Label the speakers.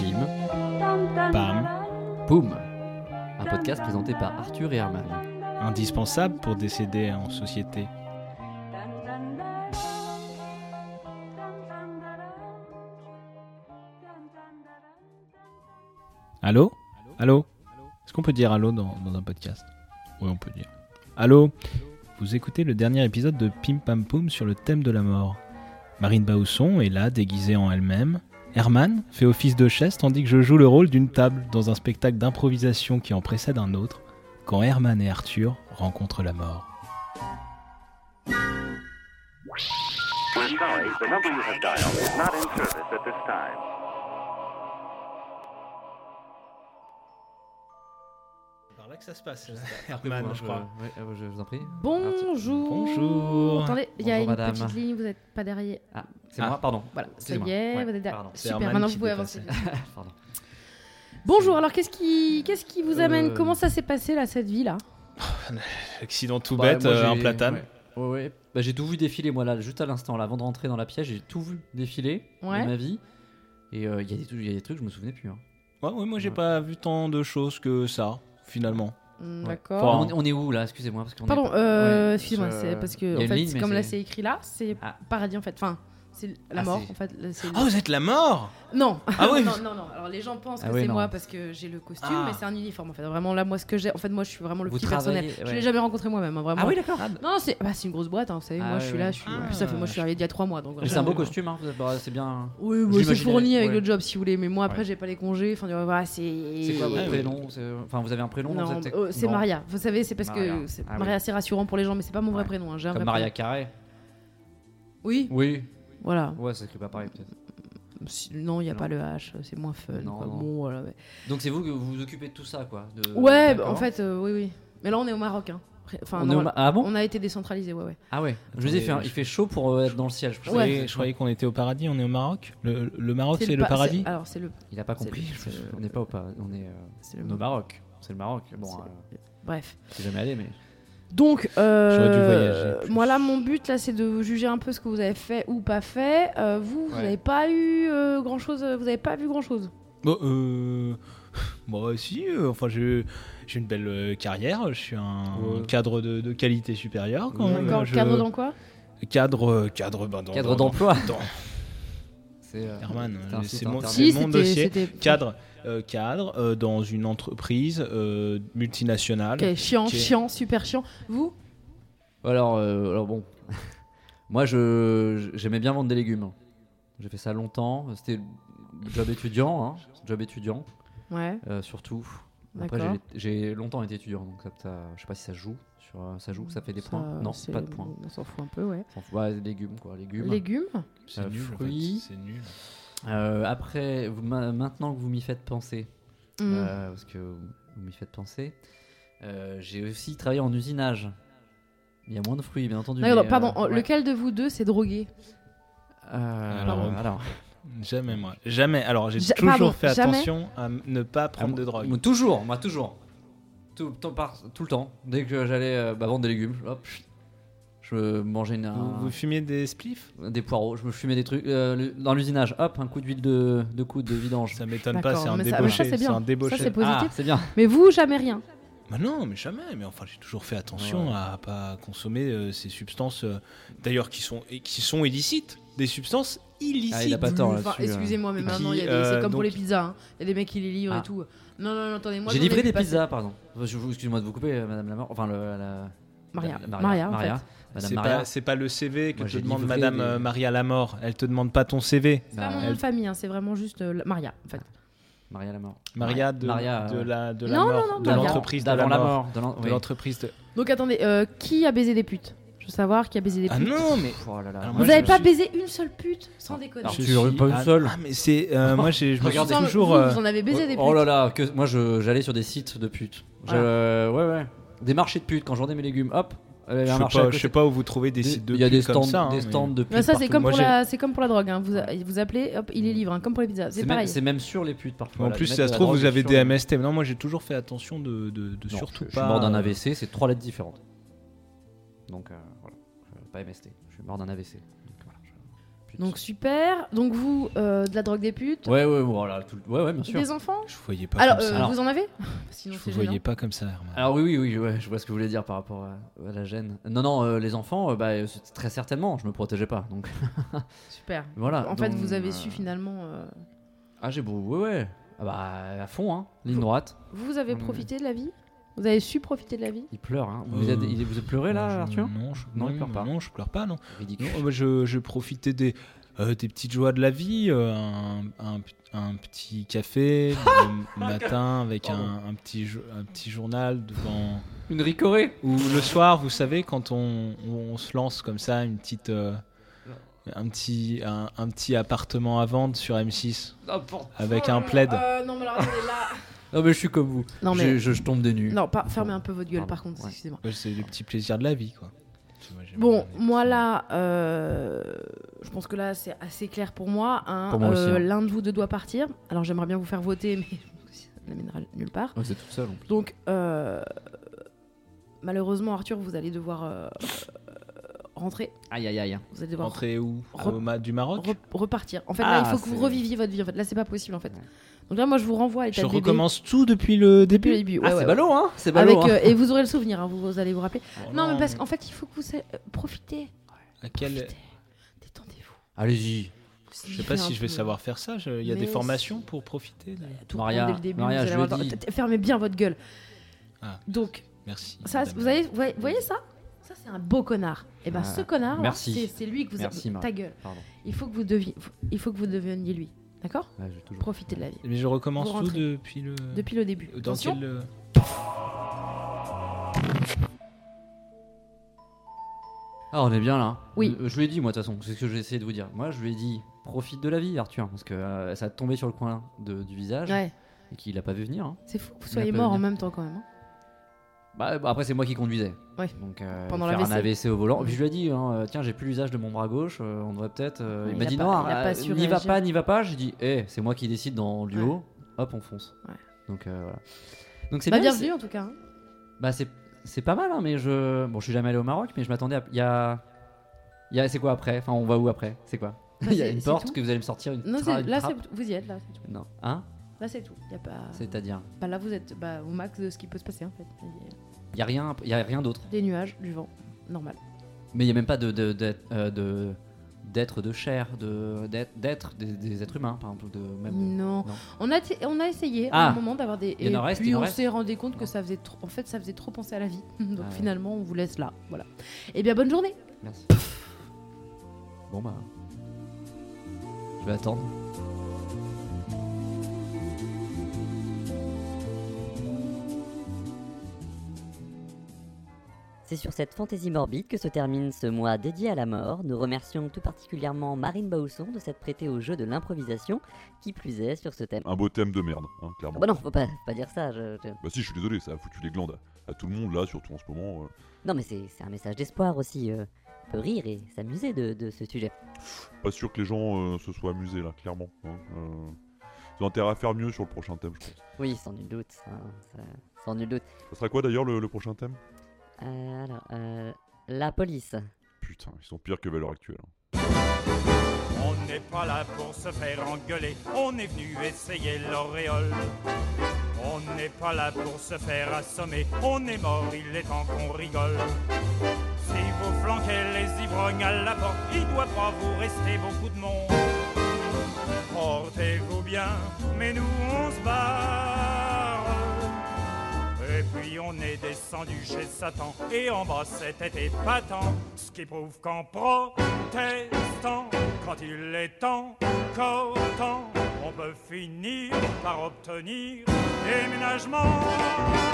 Speaker 1: Film,
Speaker 2: Pam.
Speaker 1: Poum, un podcast présenté par Arthur et Herman.
Speaker 2: Indispensable pour décéder en société. Allô Allô Est-ce qu'on peut dire allô dans, dans un podcast Oui, on peut dire. Allô Vous écoutez le dernier épisode de Pim Pam Poum sur le thème de la mort. Marine Bausson est là, déguisée en elle-même. Herman fait office de chaise tandis que je joue le rôle d'une table dans un spectacle d'improvisation qui en précède un autre, quand Herman et Arthur rencontrent la mort.
Speaker 3: We're sorry, the number you have dialed is not in service at this time.
Speaker 2: Par là que ça se passe,
Speaker 1: Moi,
Speaker 2: Herman, je crois.
Speaker 1: Ouais, ah, je vous en prie.
Speaker 4: Bonjour.
Speaker 2: Bonjour.
Speaker 4: Attendez, il y a
Speaker 1: Bonjour,
Speaker 4: une
Speaker 1: madame.
Speaker 4: petite ligne, vous n'êtes pas derrière. Ah,
Speaker 1: C'est
Speaker 2: Ah.
Speaker 1: moi, pardon.
Speaker 4: voilà, ça
Speaker 1: Excusez-moi.
Speaker 4: y est,
Speaker 1: Ouais,
Speaker 4: vous êtes derrière.
Speaker 1: pardon.
Speaker 2: C'est
Speaker 4: Super,
Speaker 2: Herman
Speaker 4: maintenant
Speaker 2: qui
Speaker 4: vous pouvez
Speaker 2: dépasse.
Speaker 4: avancer.
Speaker 1: Ah, Pardon.
Speaker 4: Bonjour, alors qu'est-ce qui, qu'est-ce qui vous amène
Speaker 1: Euh,
Speaker 4: Comment ça s'est passé là, cette vie là
Speaker 2: Accident tout
Speaker 1: Bah,
Speaker 2: bête,
Speaker 1: moi,
Speaker 2: euh,
Speaker 1: j'ai-
Speaker 2: un platane.
Speaker 1: Ouais, ouais. ouais. Bah, j'ai tout vu défiler, moi, là, juste à l'instant, là, avant de rentrer dans la pièce, j'ai tout vu défiler
Speaker 4: Ouais.
Speaker 1: de ma vie. Et euh, il y, a des trucs- il y a des trucs, je me souvenais plus. hein.
Speaker 2: Ouais, ouais, moi j'ai
Speaker 1: Ouais.
Speaker 2: pas vu tant de choses que ça, finalement.
Speaker 4: Hmm,
Speaker 1: Ouais.
Speaker 4: D'accord.
Speaker 1: On, on est où, là Excusez-moi. parce qu'on est
Speaker 4: Pardon,
Speaker 1: pas-
Speaker 4: euh,
Speaker 1: Ouais,
Speaker 4: excusez-moi,
Speaker 1: je-
Speaker 4: c'est parce
Speaker 1: Il y
Speaker 4: que
Speaker 1: a
Speaker 4: en
Speaker 1: une
Speaker 4: fait,
Speaker 1: ligne, mais
Speaker 4: comme là c'est écrit là, c'est
Speaker 1: Ah.
Speaker 4: paradis en fait. Enfin, c'est la
Speaker 1: Ah,
Speaker 4: mort
Speaker 1: c'est-
Speaker 4: en fait. là, c'est-
Speaker 2: Ah, vous êtes la mort
Speaker 4: Non.
Speaker 2: Ah oui,
Speaker 4: non,
Speaker 2: vous-
Speaker 4: non, non. Alors les gens pensent
Speaker 1: Ah
Speaker 4: que
Speaker 1: oui,
Speaker 4: c'est
Speaker 1: non.
Speaker 4: moi parce que j'ai le costume,
Speaker 2: Ah.
Speaker 4: mais c'est un uniforme en fait. Vraiment là, moi ce que j'ai, en fait, moi je suis vraiment le
Speaker 1: Vous
Speaker 4: petit personnel.
Speaker 1: travaillez,
Speaker 4: Je
Speaker 1: ouais.
Speaker 4: l'ai jamais rencontré moi-même, hein, vraiment.
Speaker 1: Ah oui, d'accord. Ah,
Speaker 4: Non, c'est bah, c'est une grosse boîte, hein, vous savez.
Speaker 1: Ah
Speaker 4: moi, je
Speaker 1: ouais,
Speaker 4: suis là,
Speaker 1: ouais.
Speaker 4: je suis... en plus, ça fait, moi, je suis arrivé il y a trois mois. donc
Speaker 1: Mais C'est un beau
Speaker 4: vraiment-
Speaker 1: costume, hein. vous êtes- bah, c'est bien.
Speaker 4: Oui, oui, c'est
Speaker 1: J'imagine,
Speaker 4: fourni avec
Speaker 1: ouais.
Speaker 4: le job, si vous voulez. Mais moi, après,
Speaker 1: Ouais.
Speaker 4: j'ai pas les congés. Enfin, euh, voilà, c'est.
Speaker 1: C'est quoi votre
Speaker 2: Ah, oui.
Speaker 1: prénom C'est- Enfin, vous avez un prénom
Speaker 4: Non,
Speaker 1: vous êtes-
Speaker 4: euh, c'est
Speaker 1: Non.
Speaker 4: Maria. Vous savez, c'est parce
Speaker 1: Maria.
Speaker 4: que c'est
Speaker 1: Ah oui.
Speaker 4: Maria, c'est rassurant pour les gens, mais c'est pas mon vrai
Speaker 1: Ouais.
Speaker 4: prénom. hein, j'ai un
Speaker 1: Comme
Speaker 4: vrai
Speaker 1: Maria Carré.
Speaker 4: prénom. Oui,
Speaker 1: Oui.
Speaker 4: voilà.
Speaker 1: Ouais, ça s'écrit pas pareil peut-être.
Speaker 4: Si- Non, il y a
Speaker 1: Non.
Speaker 4: pas le H. C'est moins fun.
Speaker 1: Non,
Speaker 4: quoi.
Speaker 1: non.
Speaker 4: Bon, voilà, ouais.
Speaker 1: Donc c'est vous que vous vous occupez de tout ça quoi. de-
Speaker 4: Ouais, bah,
Speaker 1: d'accord.
Speaker 4: en fait, euh, oui, oui. Mais là, on est au Maroc. hein. Après- Enfin,
Speaker 1: on,
Speaker 4: non,
Speaker 1: est au
Speaker 4: voilà.
Speaker 1: Ma- ah bon
Speaker 4: on a été décentralisé. Ouais, ouais.
Speaker 1: Ah ouais. je vous ai
Speaker 2: Attendez,
Speaker 1: fait, un-
Speaker 2: je-
Speaker 1: il fait chaud pour euh, être dans le ciel. Je
Speaker 2: Je
Speaker 1: croyais-
Speaker 4: Ouais.
Speaker 2: croyais, je croyais qu'on était au paradis, on est au Maroc Le, le Maroc, c'est le,
Speaker 4: pa-
Speaker 2: paradis
Speaker 4: Alors, c'est le.
Speaker 1: Il a pas
Speaker 4: C'est
Speaker 1: compris.
Speaker 4: le- c'est le-
Speaker 1: On n'est pas au pas. On est euh,
Speaker 4: c'est le-
Speaker 1: on est au Maroc. C'est le Maroc. Bon,
Speaker 4: C'est-
Speaker 1: euh,
Speaker 4: Bref.
Speaker 1: je suis jamais allé mais.
Speaker 4: Donc, euh,
Speaker 2: J'aurais dû voyager plus.
Speaker 4: moi là, mon but là, c'est de vous juger un peu ce que vous avez fait ou pas fait. Euh, vous, vous
Speaker 1: Ouais.
Speaker 4: n'avez pas eu euh, grand chose. Vous n'avez pas vu grand chose.
Speaker 2: Bon, euh. Bon, euh, si, euh, enfin, j'ai j'ai une belle euh, carrière, je suis un
Speaker 1: Ouais.
Speaker 2: cadre de, de qualité supérieure quand
Speaker 1: Ouais.
Speaker 2: même.
Speaker 4: D'accord.
Speaker 2: je-
Speaker 4: Cadre dans quoi
Speaker 2: Cadre, euh, cadre, ben, dans-
Speaker 1: Cadre
Speaker 2: dans-
Speaker 1: d'emploi.
Speaker 2: dans-
Speaker 1: C'est. euh,
Speaker 2: Herman,
Speaker 1: c'est un
Speaker 2: c'est
Speaker 1: site
Speaker 2: mon-
Speaker 1: internet.
Speaker 2: Si, mon
Speaker 4: c'était-
Speaker 2: dossier.
Speaker 4: c'était-
Speaker 2: Cadre, euh, cadre euh, dans une entreprise euh, multinationale.
Speaker 4: Ok, chiant,
Speaker 2: Ok.
Speaker 4: chiant, super chiant. Vous
Speaker 1: Alors, euh, alors bon, moi je j'aimais bien vendre des légumes. hein. J'ai fait ça longtemps. C'était le job étudiant, hein, job étudiant
Speaker 4: Ouais.
Speaker 1: euh, surtout. Après
Speaker 4: D'accord.
Speaker 1: j'ai- j'ai longtemps été étudiant, donc ça, ça- je sais pas si ça joue. Sur, euh, ça joue, ça fait des
Speaker 4: Ça,
Speaker 1: points. Non,
Speaker 4: c'est-
Speaker 1: pas de points.
Speaker 4: On s'en fout un peu, ouais.
Speaker 1: S'en fout. Ouais, légumes quoi, légumes.
Speaker 4: Légumes
Speaker 2: C'est
Speaker 1: Euh,
Speaker 2: nul, en fait,
Speaker 1: fruits.
Speaker 2: c'est nul.
Speaker 1: Euh, après, vous- ma- maintenant que vous m'y faites penser,
Speaker 4: Hmm.
Speaker 1: euh, parce que vous m'y faites penser, euh, j'ai aussi travaillé en usinage. Il y a moins de fruits, bien entendu.
Speaker 4: D'accord,
Speaker 1: mais,
Speaker 4: Pardon,
Speaker 1: euh,
Speaker 4: oh,
Speaker 1: ouais.
Speaker 4: lequel de vous deux s'est drogué
Speaker 1: Euh,
Speaker 2: Alors,
Speaker 1: alors,
Speaker 2: Jamais moi. Jamais. Alors j'ai
Speaker 4: Ja-
Speaker 2: toujours
Speaker 4: pardon,
Speaker 2: fait
Speaker 4: jamais
Speaker 2: attention à m- ne pas prendre
Speaker 1: Ah,
Speaker 2: de
Speaker 1: moi-
Speaker 2: drogue.
Speaker 1: moi, toujours, moi toujours. Tout, le temps, par- tout le temps. Dès que j'allais euh, bah, vendre des légumes, hop, chut, je mangeais une-
Speaker 2: Vous,
Speaker 1: un-
Speaker 2: vous fumiez des spliffs
Speaker 1: des poireaux, je me fumais des trucs. euh, le- dans l'usinage, hop, un coup d'huile de, de coude de vidange.
Speaker 2: Ça m'étonne pas,
Speaker 4: D'accord,
Speaker 2: c'est un
Speaker 4: mais ça-
Speaker 2: débauché.
Speaker 4: mais ça, c'est bien.
Speaker 2: un débauché.
Speaker 4: Ça, c'est positif.
Speaker 1: Ah, c'est bien.
Speaker 4: Mais vous, jamais rien.
Speaker 1: Ah,
Speaker 2: Bah non, mais jamais. Mais enfin, j'ai toujours fait attention
Speaker 1: Ouais.
Speaker 2: à pas consommer euh, ces substances, euh, d'ailleurs qui sont et qui sont illicites, des substances illicites. Mmh.
Speaker 1: Ah, il a pas tort.
Speaker 4: Enfin,
Speaker 1: là-dessus, euh.
Speaker 4: Excusez-moi, mais
Speaker 2: Et
Speaker 4: maintenant,
Speaker 2: puis,
Speaker 4: il y a des-
Speaker 2: euh,
Speaker 4: c'est comme pour
Speaker 2: donc-
Speaker 4: les pizzas. hein. Il y a des mecs qui les livrent
Speaker 1: Ah.
Speaker 4: et tout. Non, non, non, attendez, moi
Speaker 1: J'ai
Speaker 4: j'en ai
Speaker 1: livré
Speaker 4: vu
Speaker 1: des
Speaker 4: passer-
Speaker 1: pizzas, pardon. Je vous- Excusez-moi de vous couper, euh, Madame la Mort. Enfin, le- la-
Speaker 4: Maria.
Speaker 1: la-
Speaker 4: Maria, en
Speaker 1: Maria.
Speaker 4: fait.
Speaker 1: Madame
Speaker 2: C'est
Speaker 1: Maria.
Speaker 2: pas, c'est pas le CV que
Speaker 1: Moi,
Speaker 2: te
Speaker 1: j'ai
Speaker 2: demande
Speaker 1: livré
Speaker 2: Madame
Speaker 1: des-
Speaker 2: euh, Maria Lamort. Elle te demande pas ton CV.
Speaker 4: C'est pas
Speaker 1: Bah, Ah.
Speaker 4: mon nom de famille, hein, c'est vraiment juste euh, la- Maria, en fait.
Speaker 1: Maria la Mort.
Speaker 2: Maria de,
Speaker 1: Maria,
Speaker 2: de
Speaker 1: euh,
Speaker 2: la de la
Speaker 4: Non, non,
Speaker 2: mort,
Speaker 4: non,
Speaker 2: de
Speaker 4: Maria.
Speaker 2: l'entreprise de la
Speaker 1: d'avant
Speaker 2: mort,
Speaker 1: de l'en-
Speaker 2: de
Speaker 1: oui.
Speaker 2: l'entreprise de.
Speaker 4: Donc attendez, euh, qui a baisé des putes Je veux savoir qui a baisé des
Speaker 2: Ah
Speaker 4: putes.
Speaker 2: non, mais
Speaker 1: Oh là là.
Speaker 2: Alors,
Speaker 4: Vous
Speaker 2: moi,
Speaker 4: avez
Speaker 2: je
Speaker 4: pas
Speaker 2: suis-
Speaker 4: baisé une seule pute Sans déconner.
Speaker 1: Ah. Alors,
Speaker 2: Je
Speaker 1: tu aurais
Speaker 2: suis-
Speaker 1: pas une
Speaker 2: ah,
Speaker 1: seule.
Speaker 2: ah, mais c'est euh, moi j'ai- je me suis
Speaker 1: Regardez,
Speaker 4: Sans-
Speaker 2: toujours
Speaker 4: vous,
Speaker 2: euh,
Speaker 4: vous en avez baisé des putes.
Speaker 1: Oh là là, que moi je- j'allais sur des sites de putes. Je-
Speaker 4: Ah.
Speaker 1: euh, ouais ouais. Des marchés de putes quand je vendais mes légumes, hop. euh, un
Speaker 2: je sais,
Speaker 1: marché à
Speaker 2: pas,
Speaker 1: côté.
Speaker 2: je sais pas où vous trouvez des
Speaker 1: Des-
Speaker 2: sites de
Speaker 1: Il y a des
Speaker 2: pubs comme
Speaker 1: stands,
Speaker 2: ça, hein,
Speaker 1: des
Speaker 2: mais-
Speaker 1: stands de putes.
Speaker 4: Non, ça c'est
Speaker 1: partout.
Speaker 4: comme,
Speaker 2: Moi,
Speaker 4: pour
Speaker 2: j'ai-
Speaker 4: la... c'est comme pour la drogue, hein. vous, vous appelez, hop, il est livré, hein, comme pour les pizzas,
Speaker 1: Mm.
Speaker 4: c'est
Speaker 1: C'est
Speaker 4: pareil.
Speaker 1: même, c'est même sur les putes parfois.
Speaker 2: En
Speaker 1: là, ils
Speaker 2: plus, si
Speaker 1: mettent
Speaker 2: ça se
Speaker 1: la
Speaker 2: trouve,
Speaker 1: drogue
Speaker 2: vous avez
Speaker 1: sur
Speaker 2: des
Speaker 1: les-
Speaker 2: MST. Non, moi j'ai toujours fait attention de, de, de
Speaker 1: Non,
Speaker 2: surtout
Speaker 1: je, Je
Speaker 2: pas.
Speaker 1: suis mort d'un
Speaker 2: euh,
Speaker 1: AVC, c'est trois lettres différentes. Donc euh, voilà, Je- pas MST. Je suis mort d'un AVC. Donc, voilà, je- pute.
Speaker 4: Donc super. Donc vous, euh, de la drogue des putes,
Speaker 1: ouais, ouais, voilà, tout- ouais, ouais, bien sûr.
Speaker 4: des enfants
Speaker 2: Je vous voyais pas
Speaker 4: Alors,
Speaker 2: comme ça.
Speaker 4: euh, vous en avez
Speaker 2: je
Speaker 4: Sinon
Speaker 2: vous
Speaker 4: c'est gênant.
Speaker 2: voyais pas comme ça, Herman.
Speaker 1: Alors oui, oui, oui, ouais, je vois ce que vous voulez dire par rapport à, à la gêne. Non, non, euh, les enfants, euh, bah, euh, c'est très certainement, je me protégeais pas. Donc
Speaker 4: Super.
Speaker 1: voilà.
Speaker 4: en fait,
Speaker 1: donc,
Speaker 4: vous avez
Speaker 1: euh,
Speaker 4: su finalement. euh,
Speaker 1: Ah, j'ai beau, ouais, ouais. Ah bah à fond, hein. Ligne droite.
Speaker 4: Vous avez
Speaker 1: Mm.
Speaker 4: profité de la vie Vous avez su profiter de la vie
Speaker 1: Il pleure, hein. Vous
Speaker 2: Euh,
Speaker 1: êtes- il- vous pleurez là,
Speaker 2: Non, je-
Speaker 1: Arthur
Speaker 2: Non, je,
Speaker 1: Non, il pleure pas.
Speaker 2: Non, je pleure pas, non.
Speaker 1: Ridicule.
Speaker 2: Non, bah, je, je profitais des, euh, des petites joies de la vie, euh, un, un p- un petit café le matin avec un, un petit, jo- un petit journal devant.
Speaker 1: Une ricorée.
Speaker 2: Ou le soir, vous savez, quand on, on se lance comme ça, une petite, euh, un, petit, un, un petit appartement à vendre sur M6 avec un plaid.
Speaker 4: Euh, non, mais alors attendez, là.
Speaker 1: Non mais je suis comme vous.
Speaker 4: non,
Speaker 1: Je-
Speaker 4: mais.
Speaker 1: je, je tombe des nues.
Speaker 4: Non, pas, fermez un peu votre gueule par contre,
Speaker 1: Ouais.
Speaker 4: excusez-moi.
Speaker 2: Ouais, Bah, C'est le petit plaisir de la vie, quoi.
Speaker 4: Bon, moi là, euh, je pense que là c'est assez clair pour moi. hein.
Speaker 1: Pour moi aussi,
Speaker 4: Euh,
Speaker 1: hein.
Speaker 4: L'un de vous deux doit partir. Alors j'aimerais bien vous faire voter, mais je pense que ça n'amènera nulle part.
Speaker 1: Ouais, c'est tout seul. en plus.
Speaker 4: Donc, euh, malheureusement, Arthur, vous allez devoir euh, euh, rentrer.
Speaker 1: Aïe aïe hein. aïe.
Speaker 4: Vous allez devoir
Speaker 2: Entrer où
Speaker 4: Re-
Speaker 2: Au Ma- Du Maroc
Speaker 4: re- repartir. En fait,
Speaker 1: Ah,
Speaker 4: là, il faut que vous
Speaker 1: c'est-
Speaker 4: reviviez votre vie. En fait, là, c'est pas possible. En fait.
Speaker 1: Ouais.
Speaker 4: Donc là, moi, je vous renvoie à l'état
Speaker 2: Je
Speaker 4: de bébé.
Speaker 2: recommence tout depuis le
Speaker 4: Depuis le
Speaker 2: début.
Speaker 4: début.
Speaker 1: Ah
Speaker 4: ouais,
Speaker 1: c'est
Speaker 4: ouais, ouais.
Speaker 1: ballot, hein. C'est
Speaker 4: Avec,
Speaker 1: ballot. hein.
Speaker 4: euh, et vous aurez le souvenir. hein, vous, vous allez vous rappeler.
Speaker 2: Oh
Speaker 4: non, mais parce
Speaker 2: mais
Speaker 4: qu'en fait, il faut que vous sa- euh, profitez.
Speaker 2: à quel-
Speaker 4: Profitez. Détendez-vous.
Speaker 1: Allez-y.
Speaker 2: Je sais pas si je vais savoir faire ça. je- Il y a
Speaker 4: Mais
Speaker 2: des
Speaker 4: si.
Speaker 2: formations pour profiter. de-
Speaker 4: Tout
Speaker 1: Maria,
Speaker 4: Maria, dès le début,
Speaker 1: Maria,
Speaker 4: vous allez
Speaker 1: je
Speaker 4: avoir-
Speaker 1: le dis.
Speaker 4: T- t- Fermez bien votre gueule.
Speaker 2: Ah.
Speaker 4: Donc,
Speaker 2: Merci.
Speaker 4: ça,
Speaker 2: madame.
Speaker 4: vous, avez, vous voyez- vous voyez ça Ça, c'est un beau connard. Et ben,
Speaker 1: Ah,
Speaker 4: ce connard, là,
Speaker 1: merci.
Speaker 4: c'est c'est lui que vous
Speaker 1: Merci, Maria.
Speaker 4: ta gueule.
Speaker 1: Pardon.
Speaker 4: Il faut que vous deviez, il faut que vous deveniez lui, d'accord
Speaker 1: Ouais, j'ai Ah, toujours-
Speaker 4: Profitez de la vie.
Speaker 2: Mais je recommence
Speaker 4: Vous
Speaker 2: tout
Speaker 4: rentrez.
Speaker 2: depuis le.
Speaker 1: Euh,
Speaker 4: Depuis le début.
Speaker 2: Dans
Speaker 4: Attention.
Speaker 2: quel. euh,
Speaker 1: Ah, on est bien là.
Speaker 4: Oui.
Speaker 1: Euh, Je lui ai dit, moi, de toute façon, c'est ce que j'ai essayé de vous dire. Moi, je lui ai dit, profite de la vie, Arthur, parce que euh, ça a tombé sur le coin de- du visage
Speaker 4: Ouais.
Speaker 1: et qu'il a pas vu venir. hein.
Speaker 4: C'est fou que vous
Speaker 1: Il
Speaker 4: soyez
Speaker 1: a pas
Speaker 4: mort en
Speaker 1: venu.
Speaker 4: même temps quand même. hein.
Speaker 1: Bah, bah, après, c'est moi qui conduisais.
Speaker 4: Ouais.
Speaker 1: Donc, euh,
Speaker 4: Pendant
Speaker 1: faire
Speaker 4: l'AVC.
Speaker 1: un AVC au volant. Et puis, je lui ai dit, hein, euh, tiens, j'ai plus l'usage de mon bras gauche, euh, on devrait peut-être. euh,
Speaker 4: Ouais,
Speaker 1: il
Speaker 4: il
Speaker 1: m'a
Speaker 4: a
Speaker 1: dit,
Speaker 4: pas-
Speaker 1: non,
Speaker 4: il a
Speaker 1: ah,
Speaker 4: pas
Speaker 1: euh,
Speaker 4: su
Speaker 1: n'y va
Speaker 4: réagir.
Speaker 1: pas, n'y va pas. J'ai dit, eh, c'est moi qui décide dans le duo. Hop, on fonce.
Speaker 4: Ouais.
Speaker 1: Donc, euh, voilà. Donc, c'est
Speaker 4: Bah,
Speaker 1: bien.
Speaker 4: bienvenue en tout cas. hein.
Speaker 1: c'est- Bah, c'est. C'est pas mal, hein, mais je. Bon, je suis jamais allé au Maroc, mais je m'attendais à. Il y a. il y a- C'est quoi après Enfin, on va où après C'est quoi
Speaker 4: Bah,
Speaker 1: Il y a
Speaker 4: c'est-
Speaker 1: une
Speaker 4: c'est
Speaker 1: porte
Speaker 4: tout.
Speaker 1: que vous allez me sortir, une,
Speaker 4: Non,
Speaker 1: tra-
Speaker 4: c'est-
Speaker 1: une
Speaker 4: là,
Speaker 1: trappe.
Speaker 4: c'est- vous y êtes là. c'est Ah. tout.
Speaker 1: Non, hein
Speaker 4: Là, c'est tout. Y a pas.
Speaker 1: C'est-à-dire,
Speaker 4: Bah, là, vous êtes bah, au max de ce qui peut se passer en fait. Il y a
Speaker 1: il y a rien, il y a rien d'autre.
Speaker 4: Des nuages, du vent, normal.
Speaker 1: Mais il y a même pas de de d'être de, d'être de chair, de d'être- d'être des, des êtres humains, par exemple, de même. non.
Speaker 4: Non. On a, t- on a essayé à
Speaker 1: Ah.
Speaker 4: un moment d'avoir des.
Speaker 1: Il y en reste, il
Speaker 4: puis
Speaker 1: en
Speaker 4: on
Speaker 1: reste.
Speaker 4: s'est rendu compte que ça faisait trop. En fait, ça faisait trop penser à la vie. Donc
Speaker 1: Ah ouais.
Speaker 4: finalement, on vous laisse là. Voilà. Eh bien, bonne journée.
Speaker 1: Merci. Bon bah, je vais attendre.
Speaker 5: C'est sur cette fantaisie morbide que se termine ce mois dédié à la mort. Nous remercions tout particulièrement Marine Bausson de s'être prêtée au jeu de l'improvisation, qui plus est sur ce thème.
Speaker 6: Un beau thème de merde, hein, clairement.
Speaker 5: Ah bah non, faut pas, faut pas dire ça. je- je-
Speaker 6: Bah si, je suis désolé, ça a foutu les glandes à, à tout le monde là, surtout en ce moment. euh.
Speaker 5: Non mais c'est c'est un message d'espoir aussi. euh, On peut rire et s'amuser de, de ce sujet.
Speaker 6: Pas sûr que les gens euh, se soient amusés là, clairement. hein, euh. Ils ont intérêt à faire mieux sur le prochain thème, je pense.
Speaker 5: Oui, sans nul doute. hein, ça- sans nul doute.
Speaker 6: Ça sera quoi d'ailleurs le, le prochain thème
Speaker 5: Euh, alors, euh, la police.
Speaker 6: Putain, ils sont pires que valeur actuelle. hein.
Speaker 7: On n'est pas là pour se faire engueuler, on est venu essayer l'auréole. On n'est pas là pour se faire assommer, on est mort, il est temps qu'on rigole. Si vous flanquez les ivrognes à la porte, il doit pas vous rester beaucoup de monde. Portez-vous bien, mais nous on se barre. Et puis on est descendu chez Satan, et en bas c'était épatant, ce qui prouve qu'en protestant, quand il est encore temps, on peut finir par obtenir déménagement.